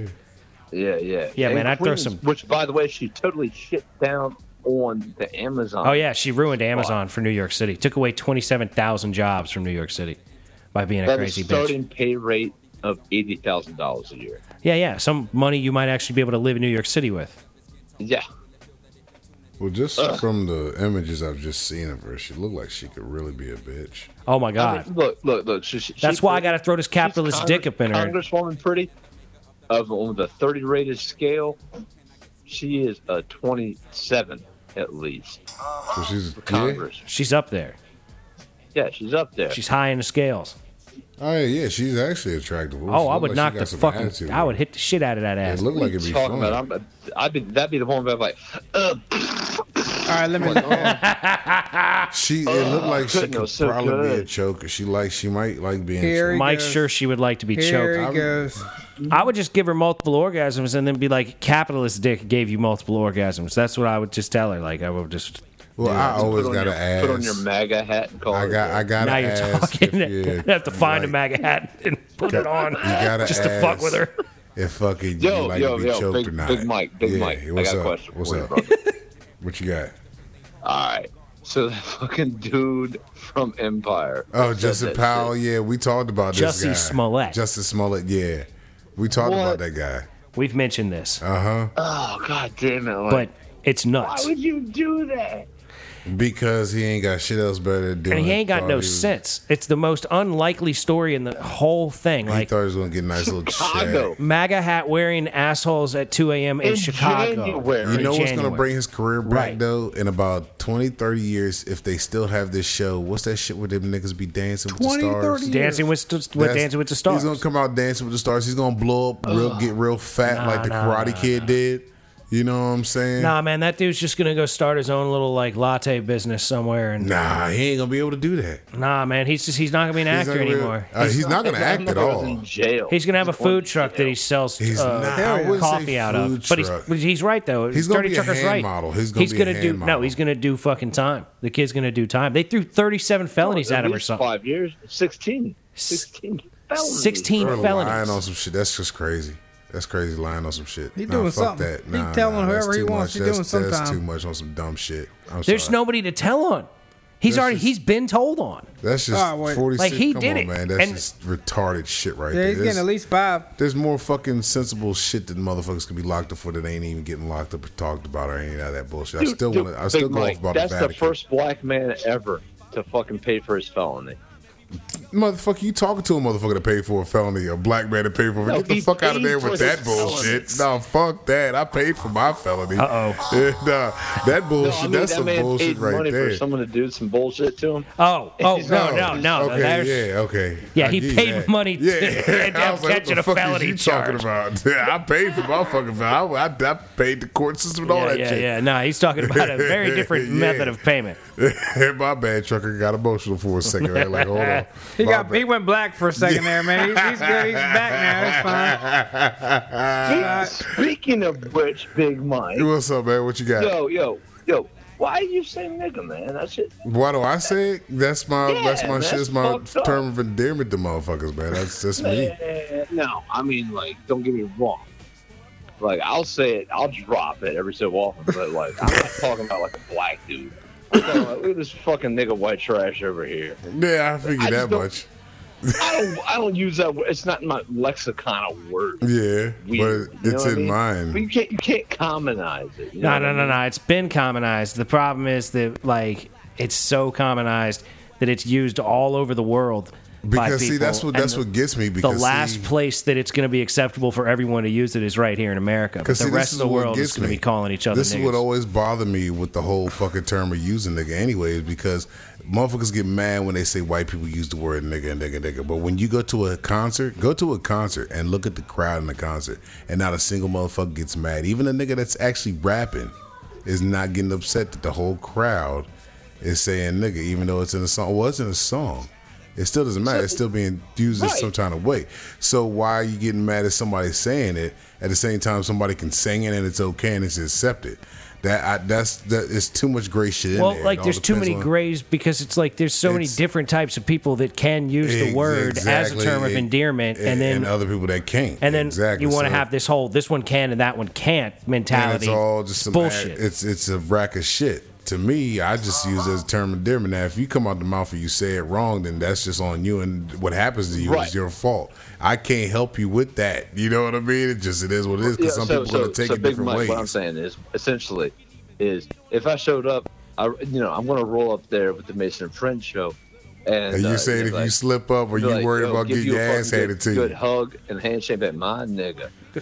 there. Yeah, yeah. Yeah, man, I'd throw Queens, some- Which, by the way, she totally shit down on the Amazon. Oh yeah, she ruined Amazon for New York City. Took away twenty seven thousand jobs from New York City by being a That is crazy bitch. starting pay rate of eighty thousand dollars a year. Yeah, yeah. Some money you might actually be able to live in New York City with. Yeah, Well, just from the images I've just seen of her, she looked like she could really be a bitch. Oh my I mean, god. look, look, look. She, she, That's she's why I pretty. gotta throw this capitalist She's dick up in her. Congress- Congresswoman pretty. Of on the thirty rated scale, she is a twenty seven at least. So she's for yeah. Congress. She's up there. Yeah, she's up there. She's high in the scales. Oh yeah, yeah, she's actually attractive. Ooh, she Oh, I look would like she knock got the some fucking. attitude. I would hit the shit out of that It ass. looked like it'd be talking fun. about. I'm, I'd be that'd be the one where I'm like, uh, All right, let me. she it looked like she goodness, could so probably be a good. choker. She like she might like being Here choked. he Mike's goes. sure she would like to be choked. Here he goes. I would just give her multiple orgasms and then be like, "Capitalist dick gave you multiple orgasms." That's what I would just tell her. Like I would just. Well, I always put on gotta your- ask. Put on your MAGA hat and call I it got I gotta now you're ask talking. if you're- I'd [laughs] have to find a like, MAGA hat and put it on You gotta just to fuck ask with her. If fucking Yo, you like yo, to be yo, choked big- or not. big Mike, big yeah, Mike, I What's got a up? question what's for you, up? brother. what you got? All right. So that [laughs] fucking dude from Empire. Oh, said Justin that Powell. shit. Yeah, we talked about this Jussie guy. Smollett. Justin Smollett. Yeah, we talked What? about that guy. We've mentioned this, Uh huh. Oh god damn it! Like, but it's why nuts. would you do that? Because he ain't got shit else better to do. And he ain't got thought no was- sense. It's the most unlikely story in the whole thing. He Like thought he was gonna get a [laughs] nice little Chicago. check. MAGA hat wearing assholes at 2 a.m. in, In Chicago. January. You In know what's gonna January. bring his career back Right. though? In about 20, 30 years, if they still have this show, what's that shit where them niggas be dancing with 20, the stars? 30 Dancing with, st- with That's- Dancing with the Stars. He's gonna come out dancing with the stars. He's gonna blow up, real, get real fat Nah, like the nah, Karate nah, Kid did. You know what I'm saying? Nah, man, that dude's just gonna go start his own little like latte business somewhere. And Nah, he ain't gonna be able to do that. nah, man, he's just he's not gonna be an He's actor not gonna be able- anymore. Uh, he's not gonna That act at motherfucker was all. In jail. He's gonna have a He's going food to truck that jail. he sells He's uh, not- I wouldn't say coffee out of. food But he's truck. but he's right though. He's gonna Dirty be a Trucker's hand right. model. He's gonna be do a hand no. model. He's gonna do fucking time. The kid's gonna do time. They threw thirty-seven Oh, felonies At at him or least something. Five years, 16. 16 felonies. 16 Bro, lying on felonies. some shit. That's just crazy. That's crazy lying on some shit. He Nah, doing fuck something. That. He Nah, telling nah, that's whoever he too much. wants, he doing That's- That's sometime. too much on some dumb shit. I'm There's sorry. nobody to tell on. He's That's already just- he's been told on. That's just Ah, wait. 46. Like, he Come did on, it. man. That's And- just retarded shit right Yeah, there. he's getting That's- at least five. There's more fucking sensible shit that motherfuckers could be locked up for that ain't even getting locked up or talked about or any of that bullshit. I Dude, still dude, want to. I Big still go Mike, off about That's the the Vatican. first black man ever to fucking pay for his felony. motherfucker. You talking to a motherfucker that paid for a felony, a black man that paid for it? No, Get the he fuck out of paid there for with his that bullshit. felonies. No, fuck that. I paid for my felony. Uh-oh. [laughs] Yeah, nah, that bullshit. No, I mean, that's that some man bullshit paid money right there. for someone to do some bullshit to him. Oh, oh He's no, no, not. no. Okay, There's- yeah, okay. Yeah, I he give you paid that. money to- [laughs] and I was I'm like, what catching the a fuck is felony you charge. talking about? [laughs] Yeah, I paid for my fucking felony. I, I, I paid the court system and all Yeah, that yeah, shit. yeah. No, he's talking about a very different Yeah. method of payment. [laughs] my bad, trucker. Got emotional for a second. Right? [laughs] Like, hold on. He My got bad. he went black for a second there, man. He's, [laughs] he's good. He's back now. Uh, It's fine. Speaking of which, Big Mike. What's up, man? What you got? Yo, yo, yo. Why you say nigga, man? That shit. Why do I say it? That's my Yeah, that's my that's shit's my fucked up. term of endearment to motherfuckers, man. That's that's me. Eh, No, I mean, like, don't get me wrong. Like, I'll say it, I'll drop it every so often, but, like, I'm not talking about, like, a black dude. I'm talking about, Look at this fucking nigga white trash over here. Yeah, I figured I that just don't- much. I don't, I don't use that word. It's not in my lexicon of words. Yeah, Weird, but you know it's what I in mean? But you mine. can't, you can't commonize it. you know No, what I no, no, mean? no. It's been commonized. The problem is that like it's so commonized that it's used all over the world. by Because see, people, that's what and that's the, what gets me. the Because last see, place that it's going to be acceptable for everyone to use it is right here in America. But 'Cause the see, this rest of is the what world is gets going to me. be calling each other This niggas. is what always bothered me with the whole fucking term of using nigga, anyways, because motherfuckers get mad when they say white people use the word nigga and nigga nigga. But when you go to a concert, go to a concert and look at the crowd in the concert, and not a single motherfucker gets mad. Even a nigga that's actually rapping is not getting upset that the whole crowd is saying nigga, even though it's in a song. Well, it's in a song. It still doesn't matter. It's still being used in Right. some kind of way. So why are you getting mad at somebody saying it? At the same time, somebody can sing it and it's okay and it's accepted. That I, that's that is too much gray shit in well, there. It like all there's too depends many on- grays because it's like there's so many It's- different types of people that can use the Ex- word as exactly. a term of It- endearment, and, then other people that can't. and then exactly. you want to So- have this whole this one can and that one can't and mentality. it's all just some bullshit. ad- it's it's a rack of shit. To me, I just use it as a term of endearment. Now, if you come out the mouth and you say it wrong, then that's just on you, and what happens to you Right. is your fault. I can't help you with that. You know what I mean? It just it is what it is. Because some people are gonna take so it Big different Mike, ways. What I'm saying is, essentially, is if I showed up, I you know I'm gonna roll up there with the Mason and Friend show. And And you uh, saying they're if like- you slip up or they're you like, worried "Yo, about give getting you a your ass fucking handed good, to Good you. hug and handshake at my nigga. No,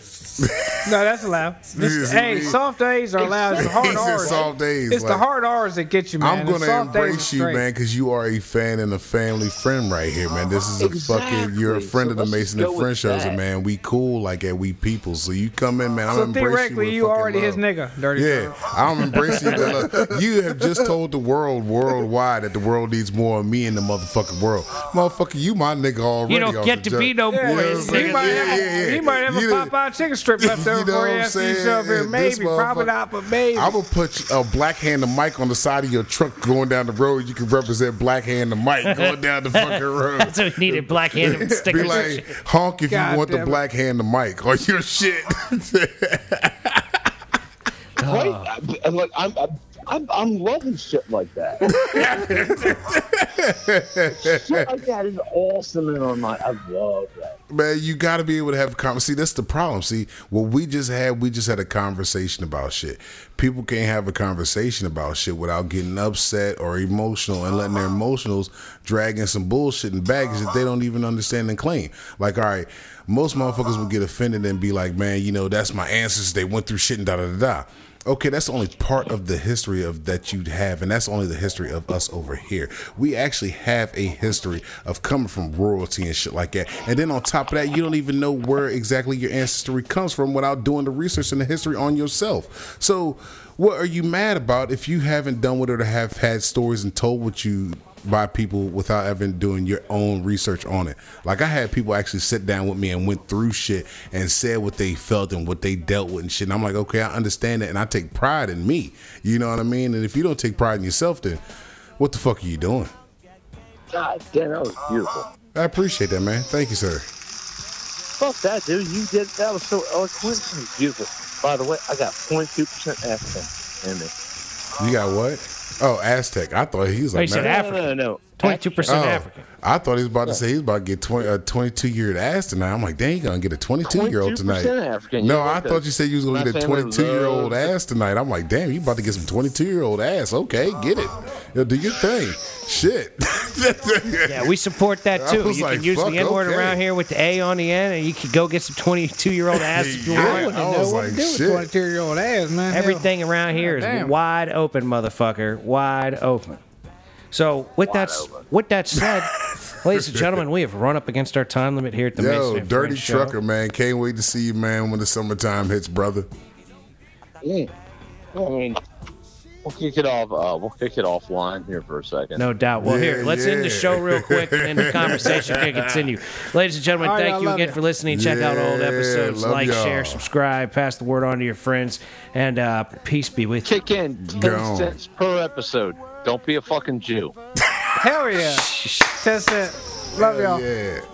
that's allowed. is hey, me. soft A's are allowed. It's the He hard said R's. soft A's, It's the like- hard R's that get you, man. I'm The gonna soft A's are embrace you, straight. man, because you are a fan and a family friend right here, man. This is a fucking you're a Exactly. friend of So the let's Mason go and with Friend shows, that. and man, we cool like at we people. So you come in, man. I'm So embracing theoretically, with you fucking already love. his nigga, dirty. Yeah, Yeah. I'm embracing [laughs] you. Look, You have just told the world worldwide that the world needs more of me in the motherfucking world. Motherfucker, you my nigga already. You don't off get the to be jump. no Yeah, boy. Yeah, This yeah, he, nigga- might have, yeah, he might have You a done- Popeye chicken strip left over You know for what you I'm after you saying? show up here. This Maybe, probably motherfucker- not, but maybe. I will put a black hand the mic on the side of your truck going down the road. You can represent black hand the mic going down [laughs] the fucking road. That's what he needed. Black handed [laughs] Be stickers. like, honk if God you want the damn it. black hand the mic or your shit. [laughs] Right? I, I- like I'm, I'm, I'm, I'm loving shit like that. shit like that is awesome in my mind. I love that. Man, you got to be able to have a conversation. See, that's the problem. See, what we just had, we just had a conversation about shit. People can't have a conversation about shit without getting upset or emotional and letting their emotionals drag in some bullshit and baggage that they don't even understand and claim. Like, all right, most motherfuckers will get offended and be like, man, you know, that's my ancestors. They went through shit and da da da da. Okay, that's only part of the history of that you have, and that's only the history of us over here. We actually have a history of coming from royalty and shit like that. And then on top of that, you don't even know where exactly your ancestry comes from without doing the research and the history on yourself. So, what are you mad about if you haven't done what or have had stories and told what you by people without ever doing your own research on it. Like I had people actually sit down with me and went through shit and said what they felt and what they dealt with and shit. And I'm like, okay, I understand that, and I take pride in me. You know what I mean? And if you don't take pride in yourself, then what the fuck are you doing? God damn, that was beautiful. I appreciate that, man. Thank you, sir. Fuck that, dude. You did that was so eloquent and beautiful. By the way, I got 0.2 percent accent in it. You got what? Oh, Aztec. I thought he was Oh, you like. said "Nah." Af- No, no, no. Twenty-two Oh, percent [laughs] African. I thought he was about to say he's about to get 20, a 22 year old ass tonight. I'm like, dang, you gonna get a 22 year old 22% tonight. African. No, You're I right, thought though. you said you was gonna My get a family 22 year old loves- ass tonight. I'm like, damn, you about to get some 22 year old ass. Okay, get it. Yo, do your thing. Shit. Yeah, we support that I too. was You like, can use the fuck, N word okay. around here with the A on the end, and you can go get some twenty-two-year-old ass if you [laughs] Yeah, Oh, want. wouldn't I know was what to like, do with shit. 22 year old ass, man. Hell. Everything around here is Goddamn. wide open, motherfucker. Wide open. So with that s- open. with that [laughs] said, ladies and gentlemen, we have run up against our time limit here at the Mason Yo, and dirty Friends Show. trucker, man. Can't wait to see you, man, when the summertime hits, brother. Mm. I mean, we'll kick it off. Uh, we'll kick it offline here for a second. No doubt. Well, Yeah, here, let's end the yeah. show real quick and [laughs] then the conversation can continue. Ladies and gentlemen, All right, thank I you love again ya. for listening. Check out old Yeah, episodes. love Like, y'all. share, subscribe, pass the word on to your friends, and uh, peace be with you. Kick in ten Gone. cents per episode. Don't be a fucking Jew. Hell yeah. That's it. Love y'all. Yeah.